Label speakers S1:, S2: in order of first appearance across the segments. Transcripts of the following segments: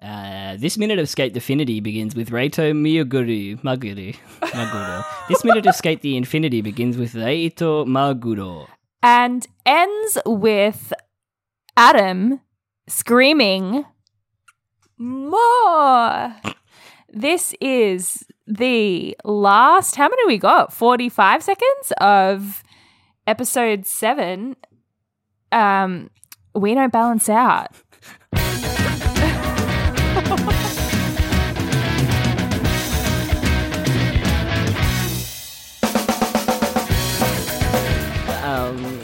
S1: Uh, this minute of Skate Infinity begins with Reito Miyaguru. Maguru. Maguro. this minute of Skate the Infinity begins with Reito Maguro.
S2: and ends with Adam screaming, More! This is the last, how many we got? 45 seconds of episode seven. Um, we don't balance out.
S1: Um,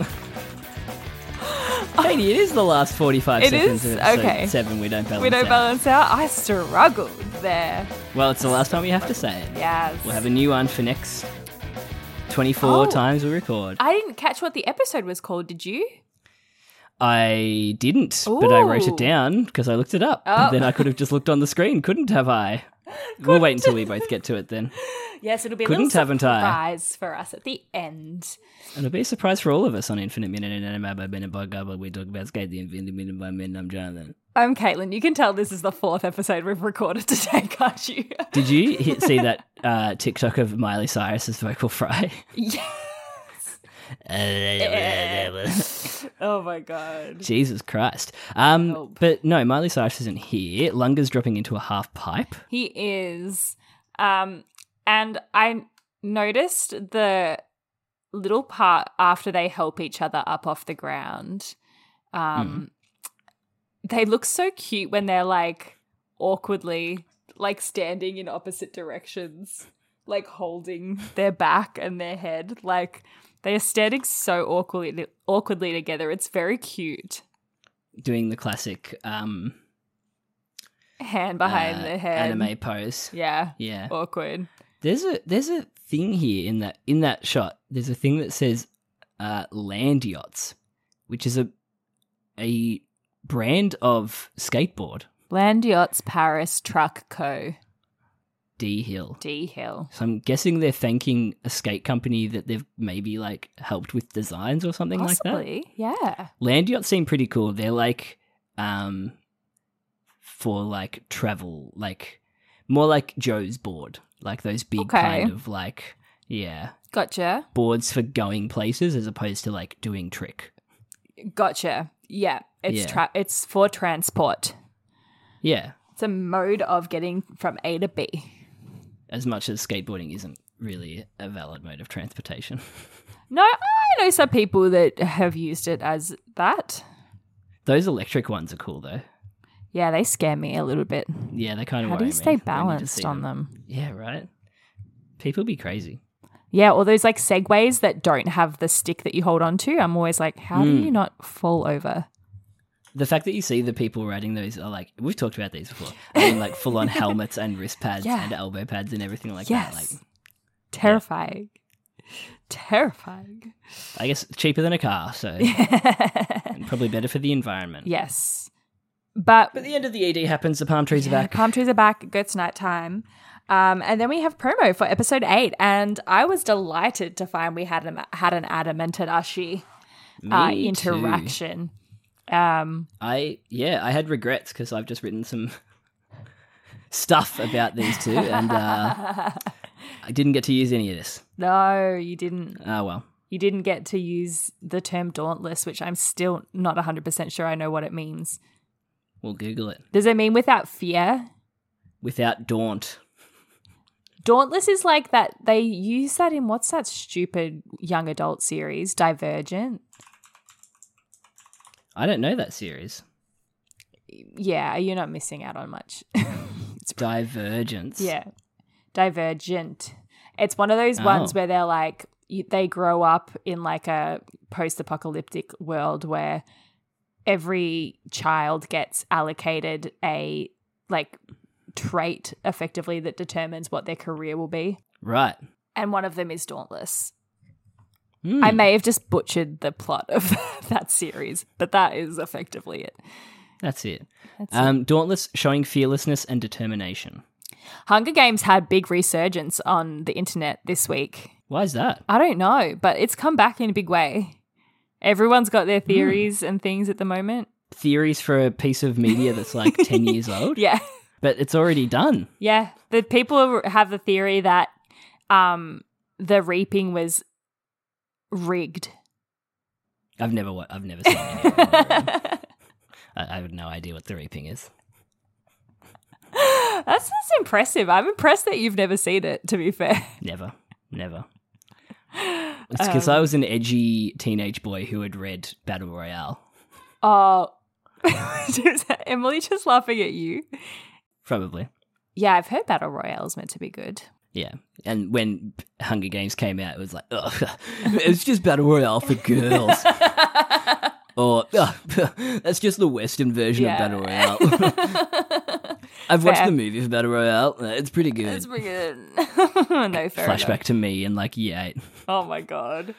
S1: Katie, it is the last 45
S2: It
S1: seconds
S2: is?
S1: of episode
S2: Okay.
S1: 7. We don't balance
S2: We don't
S1: out.
S2: balance out. I struggled there.
S1: Well, it's the last time we have to say it.
S2: Yes.
S1: We'll have a new one for next 24
S2: Oh.
S1: times we record.
S2: I didn't catch what the episode was called, did you?
S1: I didn't, but I wrote
S2: Ooh.
S1: it down because I looked it up.
S2: Oh.
S1: And then I could have just looked on the screen. Couldn't have I? We'll wait until we both get to it then.
S2: Yes, it'll be a
S1: Couldn't
S2: little
S1: haven't I.
S2: surprise for us at the end.
S1: And It'll be a surprise for all of us on Infinite Minute and Anime by Minute by Gobble. We talk about Skate the Infinite Minute by Minute. I'm Jonathan.
S2: I'm Caitlin. You can tell this is the fourth episode we've recorded today, can't you?
S1: Did you hit, see that uh, TikTok of Miley Cyrus's vocal fry?
S2: yeah. Oh my god.
S1: Jesus Christ. Um,
S2: Help.
S1: But no, Miley Cyrus isn't here. Lunga's dropping into a half pipe.
S2: He is. Um, and I noticed the little part after they help each other up off the ground. Um,
S1: Hmm.
S2: They look so cute when they're like awkwardly like standing in opposite directions, like holding their back and their head. Like they are standing so awkwardly awkwardly together. It's very cute.
S1: doing the classic um
S2: Hand behind
S1: uh,
S2: their head.
S1: anime pose.
S2: Yeah.
S1: Yeah.
S2: Awkward.
S1: There's a there's a thing here in that in that shot. There's a thing that says uh land yachts, which is a a brand of skateboard.
S2: Land Yachts Paris Truck Co.
S1: D Hill.
S2: D Hill.
S1: So I'm guessing they're thanking a skate company that they've maybe like helped with designs or something like that.
S2: Possibly, yeah.
S1: Land yachts seem pretty cool. They're like um for like travel, like more like Joe's board. Like those big
S2: Okay.
S1: kind of like yeah,
S2: Gotcha.
S1: boards for going places as opposed to like doing trick.
S2: Gotcha. Yeah. It's
S1: Yeah.
S2: Tra- it's for transport.
S1: Yeah,
S2: It's a mode of getting from A to B.
S1: as much as skateboarding isn't really a valid mode of transportation.
S2: No, I know some people that have used it as that.
S1: those electric ones are cool though.
S2: Yeah, they scare me a little bit.
S1: Yeah, they kind of
S2: How do you stay balanced on
S1: them?
S2: them?
S1: Yeah, right. People be crazy.
S2: Yeah, or those like segways that don't have the stick that you hold on to. I'm always like, how do
S1: Mm.
S2: you not fall over?
S1: The fact that you see the people riding those are like we've talked about these before. I mean, like full on helmets and wrist pads
S2: Yeah.
S1: and elbow pads and everything like that.
S2: yes.
S1: Like,
S2: Terrifying. Terrifying.
S1: I guess cheaper than a car, so and probably better for the environment.
S2: Yes. But
S1: But the end of the ED happens. The palm trees
S2: Yeah,
S1: are back.
S2: Palm trees are back. It gets nighttime. Um, and then we have promo for episode eight, and I was delighted to find we had an, had an Adam and Tadashi uh,
S1: Me too.
S2: interaction. Um,
S1: I yeah, I had regrets because I've just written some stuff about these two, and uh, I didn't get to use any of this.
S2: no, you didn't.
S1: Oh well,
S2: You didn't get to use the term dauntless, which I'm still not 100% sure I know what it means.
S1: we'll Google it.
S2: Does it mean without fear?
S1: Without daunt,
S2: Dauntless is like that. They use that in what's that stupid young adult series, Divergent?
S1: I don't know that series.
S2: Yeah, you're not missing out on much.
S1: Divergence.
S2: Yeah. Divergent. It's one of those
S1: Oh.
S2: ones where they're like, you, they grow up in like a post apocalyptic world where every child gets allocated a like trait effectively that determines what their career will be.
S1: Right.
S2: And one of them is Dauntless.
S1: Hmm.
S2: I may have just butchered the plot of that series, but that is effectively it.
S1: That's it.
S2: That's it.
S1: Um, Dauntless, showing fearlessness and determination.
S2: Hunger Games had big resurgence on the internet this week.
S1: Why is that?
S2: I don't know, but it's come back in a big way. Everyone's got their theories and things at the moment.
S1: Theories for a piece of media that's like 10 years old,
S2: Yeah.
S1: but it's already done.
S2: Yeah, the people have the theory that um, the reaping was rigged.
S1: I've never, wa- I've never seen any of them. I, I have no idea what the reaping is.
S2: That's just impressive. I'm impressed that you've never seen it. To be fair,
S1: Never, never. It's because
S2: Um,
S1: I was an edgy teenage boy who had read Battle Royale.
S2: oh, is Emily just laughing at you?
S1: Probably.
S2: Yeah, I've heard Battle Royale's meant to be good.
S1: Yeah. And when Hunger Games came out, it was like, ugh, it's just Battle Royale for girls. or, "Ugh, that's just the Western version
S2: Yeah.
S1: of Battle Royale. I've watched
S2: Fair.
S1: the movie for Battle Royale. Uh, It's pretty good.
S2: That's pretty good. no fair enough.
S1: Flashback to me in like year eight.
S2: Oh my god.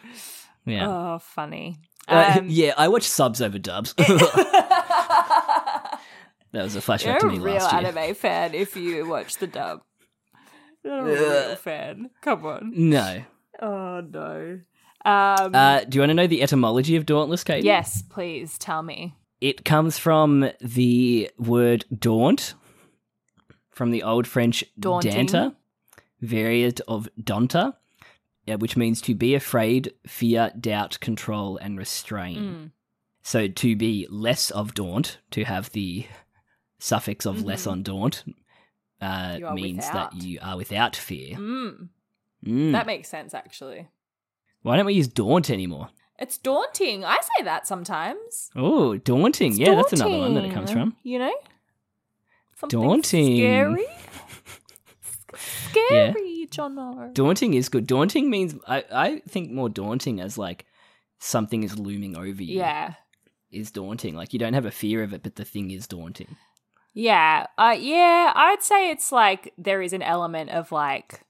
S1: Yeah.
S2: Oh, funny.
S1: Uh,
S2: Um,
S1: yeah, I watched subs over dubs. that was a
S2: You're
S1: flashback
S2: a
S1: to me
S2: real
S1: last year.
S2: anime fan if you watch the dub. You're a real fan. Come on.
S1: No.
S2: Oh no. Um,
S1: Uh, do you want to know the etymology of Dauntless, Kate?
S2: yes, please tell me.
S1: It comes from the word daunt, from the old French
S2: Daunting.
S1: danta, variant of donta, yeah, which means to be afraid, fear, doubt, control, and restrain.
S2: Mm.
S1: So to be less of daunt, to have the suffix of less
S2: Mhm.
S1: on daunt, uh,
S2: You are
S1: means
S2: without.
S1: that you are without fear.
S2: Mm.
S1: Mm.
S2: That makes sense, actually.
S1: Why don't we use daunt anymore?
S2: It's daunting. I say that sometimes.
S1: Oh, daunting.
S2: It's
S1: yeah, that's another one that it comes
S2: daunting,
S1: from.
S2: You know? Something
S1: Daunting.
S2: Scary.
S1: Yeah.
S2: scary, Jono.
S1: Daunting is good. Daunting means I, I think more daunting as like something is looming over you.
S2: yeah.
S1: Is daunting. Like you don't have a fear of it, but the thing is daunting.
S2: Yeah. Uh yeah, I'd say it's like there is an element of like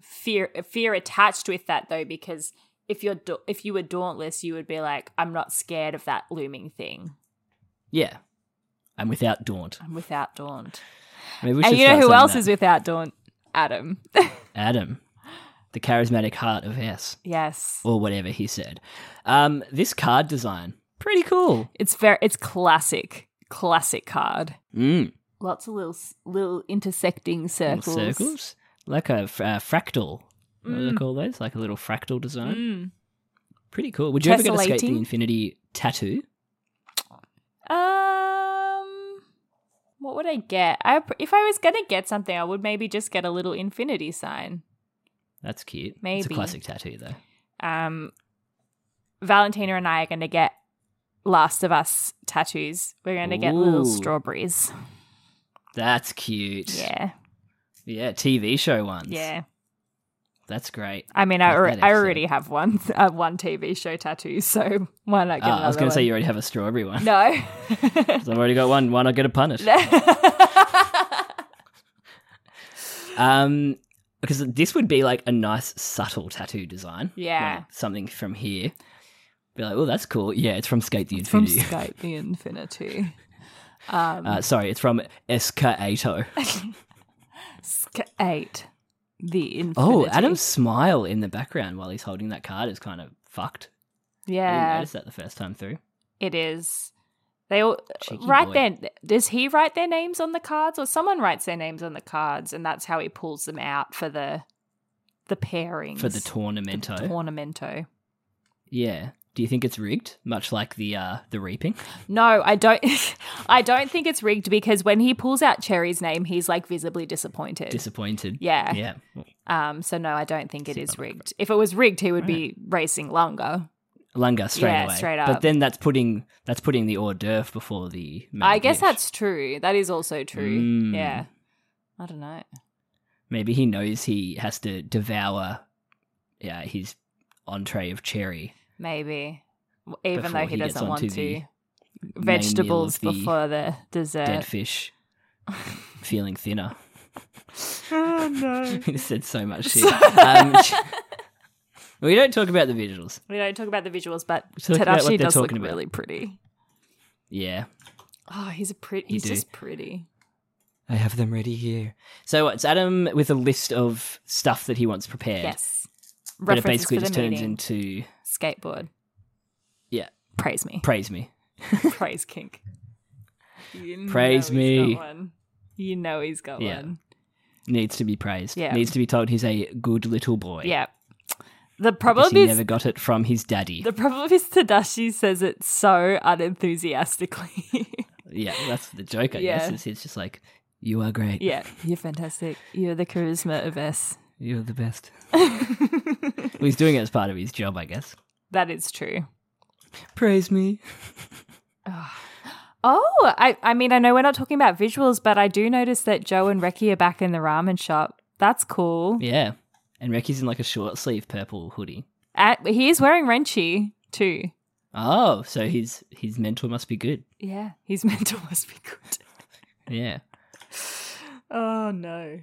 S2: fear fear attached with that though because if you're da- if you were dauntless, you would be like I'm not scared of that looming thing.
S1: Yeah. I'm without daunt.
S2: I'm without daunt.
S1: Maybe we
S2: and
S1: should
S2: you know
S1: start
S2: who
S1: saying
S2: else
S1: that.
S2: is without daunt? Adam.
S1: Adam, the charismatic heart of S,
S2: yes.
S1: or whatever he said. Um, this card design, pretty cool.
S2: It's very it's classic. Classic card.
S1: Mm.
S2: Lots of little s- little intersecting
S1: little
S2: circles.
S1: circles, like a fr- uh, fractal. What do they
S2: Mm.
S1: call those? Like a little fractal design.
S2: Mm.
S1: Pretty cool. Would you ever get escape the
S2: Tessellating?
S1: infinity tattoo?
S2: Um, what would I get? I pr- if I was gonna get something, I would maybe just get a little infinity sign.
S1: That's cute. it's a
S2: Maybe.
S1: classic tattoo though.
S2: Um, Valentina and I are gonna get Last of Us tattoos. We're gonna get
S1: Ooh.
S2: little strawberries.
S1: That's cute.
S2: Yeah,
S1: Yeah, TV show ones.
S2: yeah.
S1: That's great.
S2: I mean, I,
S1: Like
S2: alre-
S1: that
S2: I
S1: episode.
S2: already have one uh, one TV show tattoo, so why not get
S1: Ah,
S2: another
S1: I was going to say
S2: one?
S1: you already have a strawberry one.
S2: no.
S1: 'Cause I've already got one. Why not get a punish? Um, because this would be like a nice subtle tattoo design.
S2: Yeah.
S1: Like, something from here. Be like, oh, that's cool. Yeah, it's from Skate the
S2: It's from
S1: Infinity.
S2: Skype the Infinity. Um,
S1: uh, sorry, it's from Escato.
S2: Sk- eight. The infinity.
S1: Oh, Adam's smile in the background while he's holding that card is kind of fucked. I didn't
S2: Yeah,
S1: notice that the first time through.
S2: it is. They all
S1: Cheeky
S2: write
S1: boy.
S2: their. Does he write their names on the cards, or someone writes their names on the cards, and that's how he pulls them out for the the pairings
S1: For the tournamento.
S2: Tournamento.
S1: yeah. Do you think it's rigged? Much like the uh, the reaping?
S2: No, I don't. I don't think it's rigged because when he pulls out Cherry's name, he's like visibly disappointed.
S1: Disappointed.
S2: yeah.
S1: Yeah. Well,
S2: Um. So no, I don't think it
S1: See
S2: is
S1: if I'm-
S2: rigged. If it was rigged, he would be racing longer.
S1: Lunga straight
S2: Yeah,
S1: away.
S2: straight
S1: But
S2: up.
S1: then that's putting that's putting the hors d'oeuvre before the main
S2: I guess
S1: dish.
S2: that's true. That is also true.
S1: Mm.
S2: Yeah. I don't know.
S1: Maybe he knows he has to devour yeah, his entree of cherry.
S2: Maybe. W- Even
S1: Before
S2: though he,
S1: he gets
S2: doesn't want
S1: onto
S2: to.
S1: the- main meal of
S2: vegetables
S1: the
S2: before the
S1: dead
S2: dessert.
S1: fish, feeling thinner.
S2: Oh no.
S1: we said so much shit. um, we don't talk about the visuals.
S2: We don't talk about the visuals, but
S1: talk about what
S2: Tadashi
S1: they're
S2: does look
S1: talking about.
S2: really pretty.
S1: Yeah,
S2: Oh, he's a pretty.
S1: You
S2: He's
S1: do.
S2: just pretty.
S1: I have them ready here. So it's Adam with a list of stuff that he wants prepared.
S2: Yes.
S1: But it
S2: References
S1: basically
S2: for
S1: just
S2: the
S1: turns
S2: meeting.
S1: into
S2: skateboard.
S1: Yeah.
S2: Praise me.
S1: praise me.
S2: Praise kink. You
S1: Praise
S2: know
S1: me.
S2: he's got one. You know he's got
S1: Yeah.
S2: one.
S1: Needs to be praised.
S2: Yeah.
S1: Needs to be told he's a good little boy.
S2: Yeah. The
S1: 'Cause
S2: problem
S1: he
S2: is
S1: never got it from his daddy.
S2: the problem is Tadashi says it so unenthusiastically.
S1: Yeah, that's the joke. I
S2: Yeah.
S1: guess it's, it's just like you are great.
S2: yeah, you're fantastic. You're the charisma of S.
S1: You're the best. Well, he's doing it as part of his job, I guess.
S2: That is true.
S1: Praise me.
S2: Oh, I, I mean, I know we're not talking about visuals, but I do notice that Joe and Reki are back in the ramen shop. That's cool.
S1: Yeah. And Reki's in like a short sleeve purple hoodie.
S2: At, he is wearing Renchi too.
S1: Oh, so his his mentor must be good.
S2: Yeah, his mental must be good.
S1: Yeah.
S2: Oh no.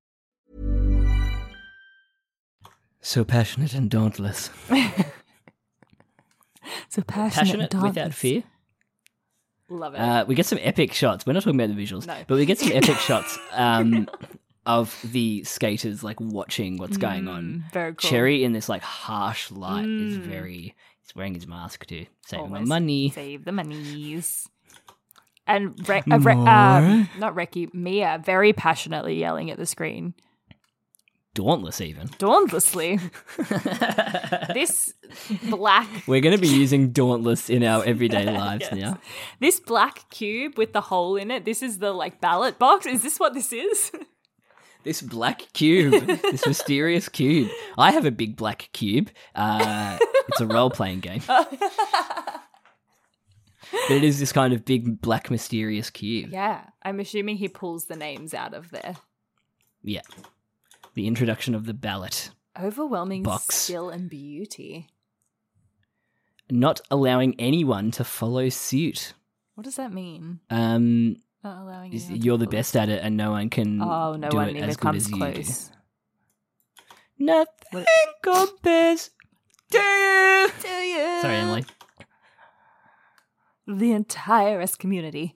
S1: So passionate and dauntless.
S2: So passionate,
S1: Passionate
S2: and
S1: without
S2: dauntless.
S1: fear.
S2: Love it.
S1: Uh, we get some epic shots. We're not talking about the visuals,
S2: No.
S1: but we get some epic shots um, of the skaters like watching what's going on.
S2: Mm, very cool.
S1: Cherry in this like harsh light is
S2: Mm.
S1: very. He's wearing his mask too, saving my
S2: Always
S1: money.
S2: Save the monies. And Re- uh, Re- um, not Reki, Mia, very passionately yelling at the screen,
S1: Dauntless even.
S2: dauntlessly. this black,
S1: We're going to be using dauntless in our everyday lives now.
S2: this black cube with the hole in it. This is the like ballot box. Is this what this is?
S1: This black cube, this mysterious cube. I have a big black cube. Uh, it's a role playing game. but it is this kind of big black mysterious cube.
S2: yeah, I'm assuming he pulls the names out of there.
S1: Yeah. The introduction of the ballot.
S2: Overwhelming
S1: Box.
S2: skill and beauty.
S1: Not allowing anyone to follow suit.
S2: What does that mean?
S1: Um,
S2: Not allowing
S1: is-
S2: anyone to
S1: you're the
S2: pull it.
S1: best at it and no one can
S2: Oh, no
S1: do
S2: one
S1: it
S2: even
S1: as good
S2: comes
S1: as you do.
S2: close.
S1: Nothing compares to you. Sorry, Emily.
S2: The entire S community.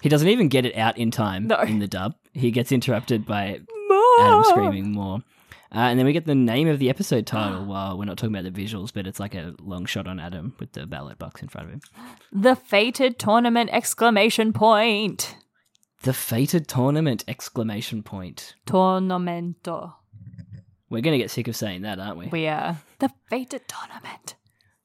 S1: He doesn't even get it out in time
S2: No.
S1: in the dub. He gets interrupted by Adam
S2: Mom!
S1: screaming more. Uh, and then we get the name of the episode title. While we're not talking about the visuals, but it's like a long shot on Adam with the ballot box in front of him.
S2: The fated tournament exclamation point.
S1: The fated tournament! Exclamation point.
S2: Tornamento.
S1: We're gonna get sick of saying that, aren't we?
S2: We are the fated tournament.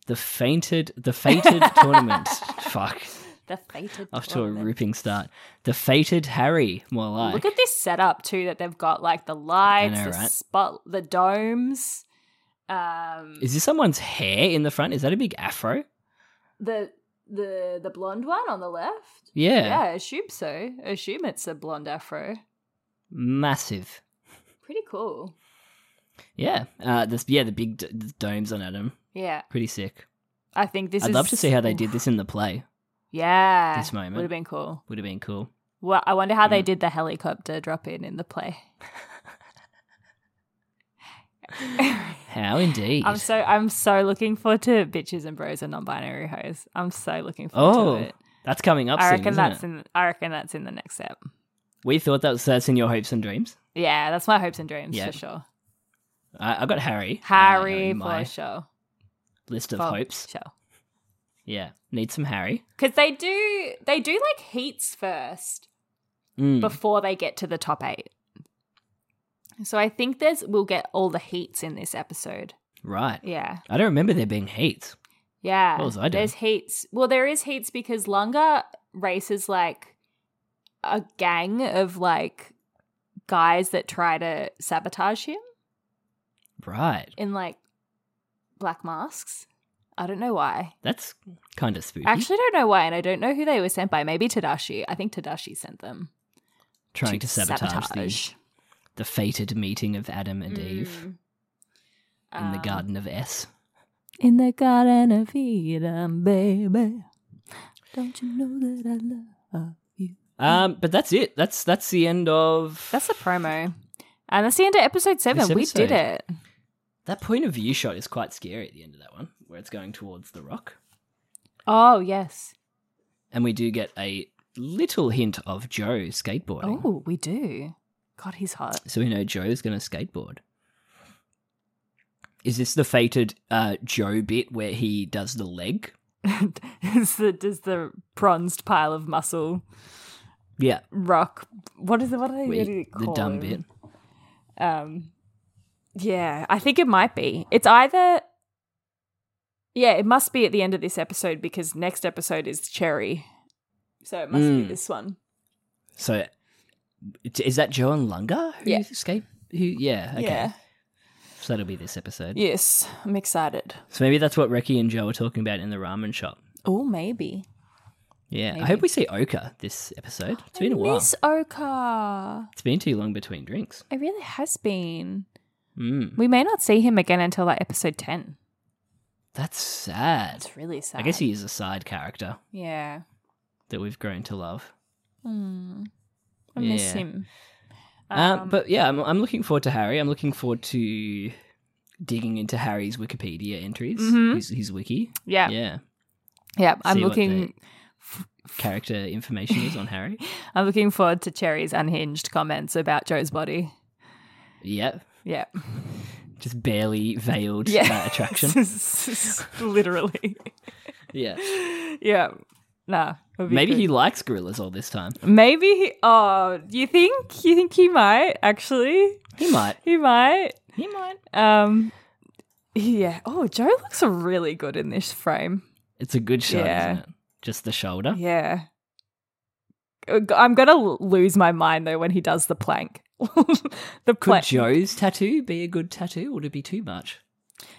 S1: the fainted, the fated tournament. Fuck.
S2: The fated
S1: Off to a
S2: tournament.
S1: ripping start. The fated Harry, more like.
S2: Look at this setup too that they've got like the lights,
S1: I know,
S2: the
S1: right?
S2: spot the domes. Um
S1: Is this someone's hair in the front? Is that a big afro?
S2: the the the blonde one on the left.
S1: Yeah.
S2: Yeah, I assume so. I assume it's a blonde afro.
S1: Massive.
S2: Pretty cool.
S1: Yeah. Uh, this, yeah, the big d- d- domes on Adam.
S2: Yeah.
S1: Pretty sick.
S2: I think this
S1: I'd
S2: is
S1: love to see how they did this in the play.
S2: Yeah.
S1: this moment. Mm.
S2: Would have been cool.
S1: Would have been cool.
S2: Well, I wonder how they did the helicopter drop in in the play.
S1: How indeed.
S2: I'm so I'm so looking forward to bitches and bros and non-binary hoes. I'm so looking forward
S1: oh,
S2: to it.
S1: that's coming up
S2: I
S1: soon,
S2: reckon
S1: isn't
S2: that's
S1: it?
S2: in. I reckon that's in the next step.
S1: We thought that was, that's in your hopes and dreams.
S2: Yeah, that's my hopes and dreams
S1: Yeah.
S2: for sure.
S1: I, I got Harry.
S2: Harry
S1: Uh,
S2: for
S1: my
S2: sure.
S1: list of
S2: For
S1: hopes.
S2: sure.
S1: Yeah, need some Harry.
S2: Because they do they do like heats first
S1: Mm.
S2: before they get to the top eight. So I think there's we'll get all the heats in this episode.
S1: right.
S2: Yeah.
S1: I don't remember there being heat.
S2: Yeah.
S1: What was I doing?
S2: There's heats. Well, there is heats because Lunga races like a gang of like guys that try to sabotage him
S1: Right.
S2: in like black masks. I don't know why.
S1: That's kind of spooky.
S2: I actually don't know why, and I don't know who they were sent by. Maybe Tadashi. I think Tadashi sent them.
S1: trying to, sabotage, The, the fated meeting of Adam and Eve in the
S2: Um,
S1: Garden of S.
S2: In the garden of Eden, baby. Don't you know that I love you?
S1: Um, but that's it. That's that's the end of
S2: That's the promo. And that's the end of episode seven.
S1: This
S2: We did
S1: episode.
S2: it.
S1: that point of view shot is quite scary at the end of that one, where it's going towards the rock,
S2: Oh, yes.
S1: and we do get a little hint of Joe skateboarding.
S2: Oh, we do. God, he's hot.
S1: So we know Joe's going to skateboard. Is this the fated uh, Joe bit where he does the leg?
S2: Is the, does the bronzed pile of muscle
S1: Yeah,
S2: rock? What is it? What are they
S1: we-
S2: what do they
S1: the
S2: call
S1: dumb
S2: it?
S1: bit.
S2: Um, yeah, I think it might be. It's either. Yeah, it must be at the end of this episode because next episode is Cherry. So it must be
S1: Mm.
S2: this one.
S1: So it- is that Joe and Lunga who
S2: Yeah.
S1: skate? Who? Yeah. Okay.
S2: Yeah.
S1: So that'll be this episode.
S2: Yes, I'm excited.
S1: So maybe that's what Reki and Joe were talking about in the ramen shop.
S2: Oh, maybe.
S1: Yeah. I
S2: Maybe.
S1: hope we see Oka this episode. It's been a while.
S2: Miss Oka.
S1: It's been too long between drinks.
S2: It really has been.
S1: Mm,
S2: We may not see him again until like episode 10.
S1: that's sad.
S2: That's really sad.
S1: I guess he is a side character
S2: Yeah.
S1: that we've grown to love.
S2: Mm. I miss
S1: Yeah.
S2: him.
S1: Um, but yeah, I'm, I'm looking forward to Harry. I'm looking forward to digging into Harry's Wikipedia entries,
S2: Mhm.
S1: his, his wiki.
S2: yeah. Yeah.
S1: Yeah.
S2: I'm
S1: See what
S2: looking.
S1: Character information is on Harry.
S2: I'm looking forward to Cherry's unhinged comments about Joe's body.
S1: Yep.
S2: Yeah.
S1: Just barely veiled
S2: Yeah.
S1: uh, attraction.
S2: Literally.
S1: yeah.
S2: yeah. Nah. it would be
S1: Maybe
S2: good.
S1: he likes gorillas all this time.
S2: Maybe he. Oh, you think? You think he might actually?
S1: He might.
S2: He might.
S1: He might.
S2: Um. Yeah. Oh, Joe looks really good in this frame.
S1: It's a good shot,
S2: Yeah.
S1: isn't it? Just the shoulder.
S2: Yeah. I'm gonna l- lose my mind though when he does the plank. the
S1: Could
S2: plank.
S1: Joe's tattoo be a good tattoo? Would it be too much?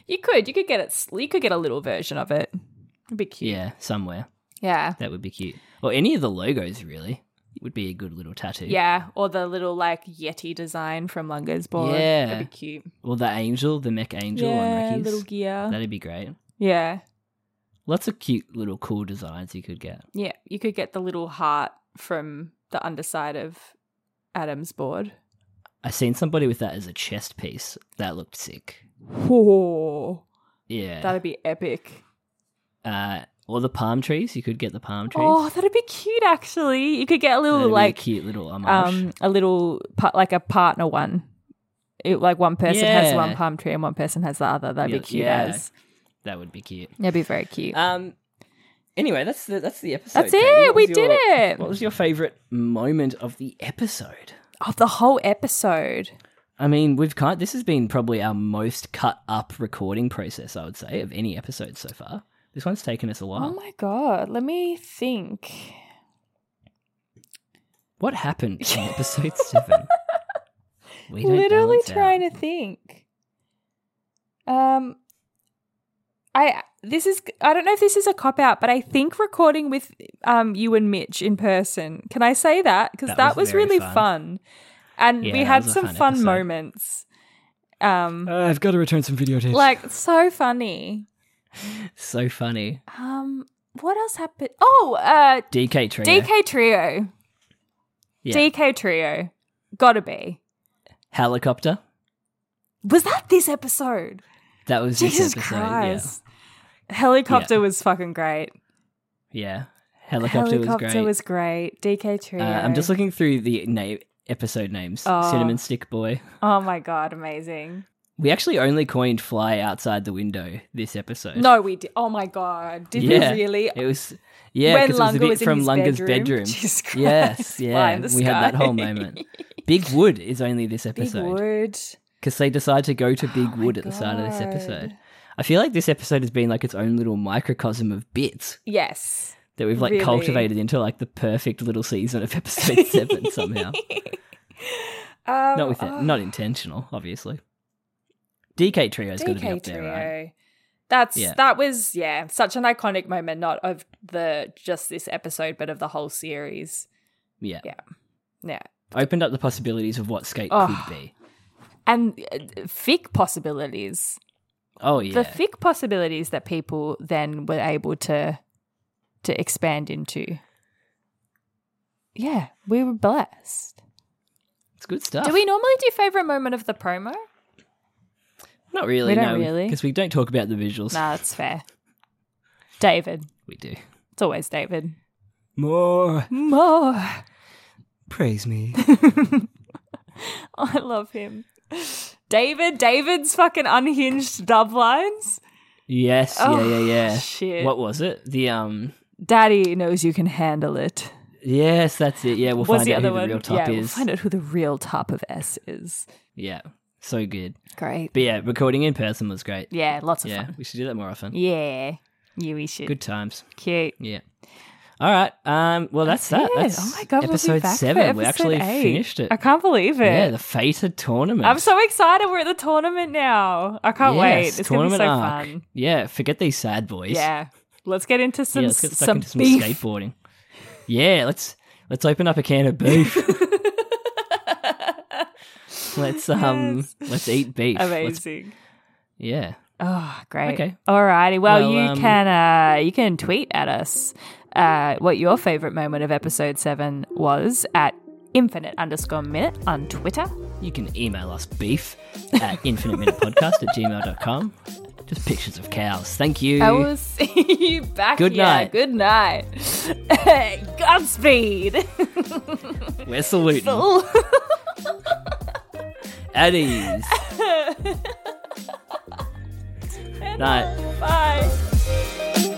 S2: You could. You could get it. s- You could get a little version of it. It'd be cute.
S1: Yeah, somewhere.
S2: Yeah.
S1: That would be cute. Or any of the logos, really, would be a good little tattoo.
S2: Yeah, or the little like Yeti design from Lunga's board.
S1: Yeah.
S2: That'd be cute.
S1: Or the angel, the mech angel
S2: yeah,
S1: on
S2: little
S1: Ricky's.
S2: gear.
S1: That'd be great.
S2: yeah.
S1: Lots of cute little cool designs you could get.
S2: Yeah. You could get the little heart from the underside of Adam's board.
S1: I seen somebody with that as a chest piece. That looked sick.
S2: Whoa.
S1: Yeah.
S2: That'd be epic.
S1: uh, or the palm trees. You could get the palm trees.
S2: Oh, that'd be cute actually. You could get a little
S1: That'd be a
S2: like
S1: cute little homage.
S2: um a little pa- like a partner one. It, like one person has one
S1: Yeah.
S2: palm tree and one person has the other. That'd
S1: Yeah,
S2: be cute
S1: yeah.
S2: as.
S1: that would be cute.
S2: That'd be very cute.
S1: Um. Anyway, that's the that's the episode.
S2: That's
S1: Katie.
S2: it.
S1: What
S2: We
S1: was
S2: did
S1: your-
S2: it.
S1: What was your favorite moment of the episode?
S2: Of the whole episode.
S1: I mean, we've kind. This has been probably our most cut up recording process, I would say, of any episode so far. This one's taken us a while.
S2: Oh my god, let me think.
S1: what happened in episode seven? We don't
S2: Literally
S1: balance out.
S2: trying to think. Um I this is I don't know if this is a cop out, but I think recording with um you and Mitch in person. Can I say that? Cuz that,
S1: That
S2: was,
S1: was very
S2: really fun.
S1: fun.
S2: And
S1: Yeah,
S2: we
S1: that
S2: had
S1: was a
S2: some
S1: fun
S2: fun
S1: episode.
S2: moments. Um
S1: Uh, I've got to return some videotapes.
S2: like so funny.
S1: so funny.
S2: Um what else happened? Oh, uh
S1: DK trio.
S2: DK Trio.
S1: Yeah.
S2: DK Trio. Gotta be.
S1: helicopter.
S2: Was that this episode?
S1: That was
S2: Jesus
S1: this episode.
S2: Christ. Helicopter
S1: Yeah.
S2: was fucking great.
S1: Yeah. yeah. Helicopter, was great.
S2: was great. DK Trio.
S1: uh, I'm just looking through the name episode names.
S2: Oh.
S1: Cinnamon Stick Boy.
S2: Oh my god, amazing.
S1: We actually only coined fly outside the window this episode.
S2: No, we did. Oh my god, did
S1: yeah,
S2: we really?
S1: It was yeah,
S2: when
S1: because it was a
S2: Lunga
S1: bit
S2: was in
S1: from
S2: his
S1: Lunga's
S2: bedroom.
S1: bedroom.
S2: Jesus Christ,
S1: yes,
S2: fly
S1: yeah,
S2: in the
S1: we had that whole
S2: sky.
S1: moment. Big Wood is only this
S2: Big
S1: episode
S2: wood.
S1: because they decide to go to Big
S2: Oh my
S1: Wood at the start of this episode.
S2: God.
S1: I feel like this episode has been like its own little microcosm of bits
S2: Yes.
S1: that we've like
S2: Really.
S1: cultivated into like the perfect little season of episode seven somehow.
S2: Um,
S1: Not with it,
S2: oh,
S1: not intentional, obviously. DK Trio's got to be
S2: DK
S1: up there, right?
S2: Trio. That's
S1: Yeah.
S2: that was yeah such an iconic moment not of the just this episode but of the whole series
S1: Yeah.
S2: Yeah. yeah
S1: Opened up the possibilities of what skate
S2: Oh.
S1: could be.
S2: and uh, fic possibilities
S1: Oh yeah.
S2: the fic possibilities that people then were able to to expand into. Yeah, we were blessed.
S1: it's good stuff.
S2: Do we normally do favorite moment of the promo?
S1: Not really.
S2: We
S1: no,
S2: don't really.
S1: because we don't talk about the visuals.
S2: Nah, that's fair. David,
S1: We do
S2: it's always David. Oh,
S1: more.
S2: More.
S1: Praise me.
S2: I love him. David, David's fucking unhinged dub lines.
S1: yes.
S2: Oh,
S1: yeah. Yeah. Yeah.
S2: shit.
S1: What was it? The um.
S2: Daddy knows you can handle it.
S1: Yes, that's it. Yeah, we'll
S2: What's
S1: find
S2: the
S1: out
S2: other
S1: who the
S2: one?
S1: real top
S2: yeah,
S1: is.
S2: we'll find out who the real top of S is.
S1: Yeah. So good.
S2: Great.
S1: But yeah, recording in person was great.
S2: Yeah, lots of
S1: Yeah.
S2: fun.
S1: We should do that more often.
S2: Yeah. Yeah, we should.
S1: Good times.
S2: Cute.
S1: Yeah. All right. Um. Well, that's,
S2: That's
S1: that.
S2: it.
S1: That's
S2: oh my god,
S1: episode
S2: we'll be back for
S1: seven. we
S2: episode
S1: actually
S2: eight.
S1: finished it.
S2: I can't believe it.
S1: Yeah, the fated tournament.
S2: I'm so excited. We're at the tournament now. I can't
S1: Yes,
S2: wait. It's gonna be so
S1: arc.
S2: fun.
S1: Yeah, forget these sad boys.
S2: Yeah. Let's get into some
S1: yeah, let's get stuck
S2: some,
S1: into some
S2: beef.
S1: skateboarding. Yeah, let's let's open up a can of beef. let's um let's eat beef. Let's-
S2: Amazing.
S1: yeah.
S2: Oh, great.
S1: Okay.
S2: Alrighty. Well,
S1: Well,
S2: you
S1: um,
S2: can uh, you can tweet at us uh, what your favorite moment of episode seven was at infinite underscore minute on Twitter.
S1: You can email us beef at infiniteminutepodcast at gmail.com. Just pictures of cows. Thank you.
S2: I will see you back
S1: Good
S2: here.
S1: night.
S2: Good night. Godspeed.
S1: We're saluting.
S2: Ooh.
S1: At ease. Night.
S2: Bye.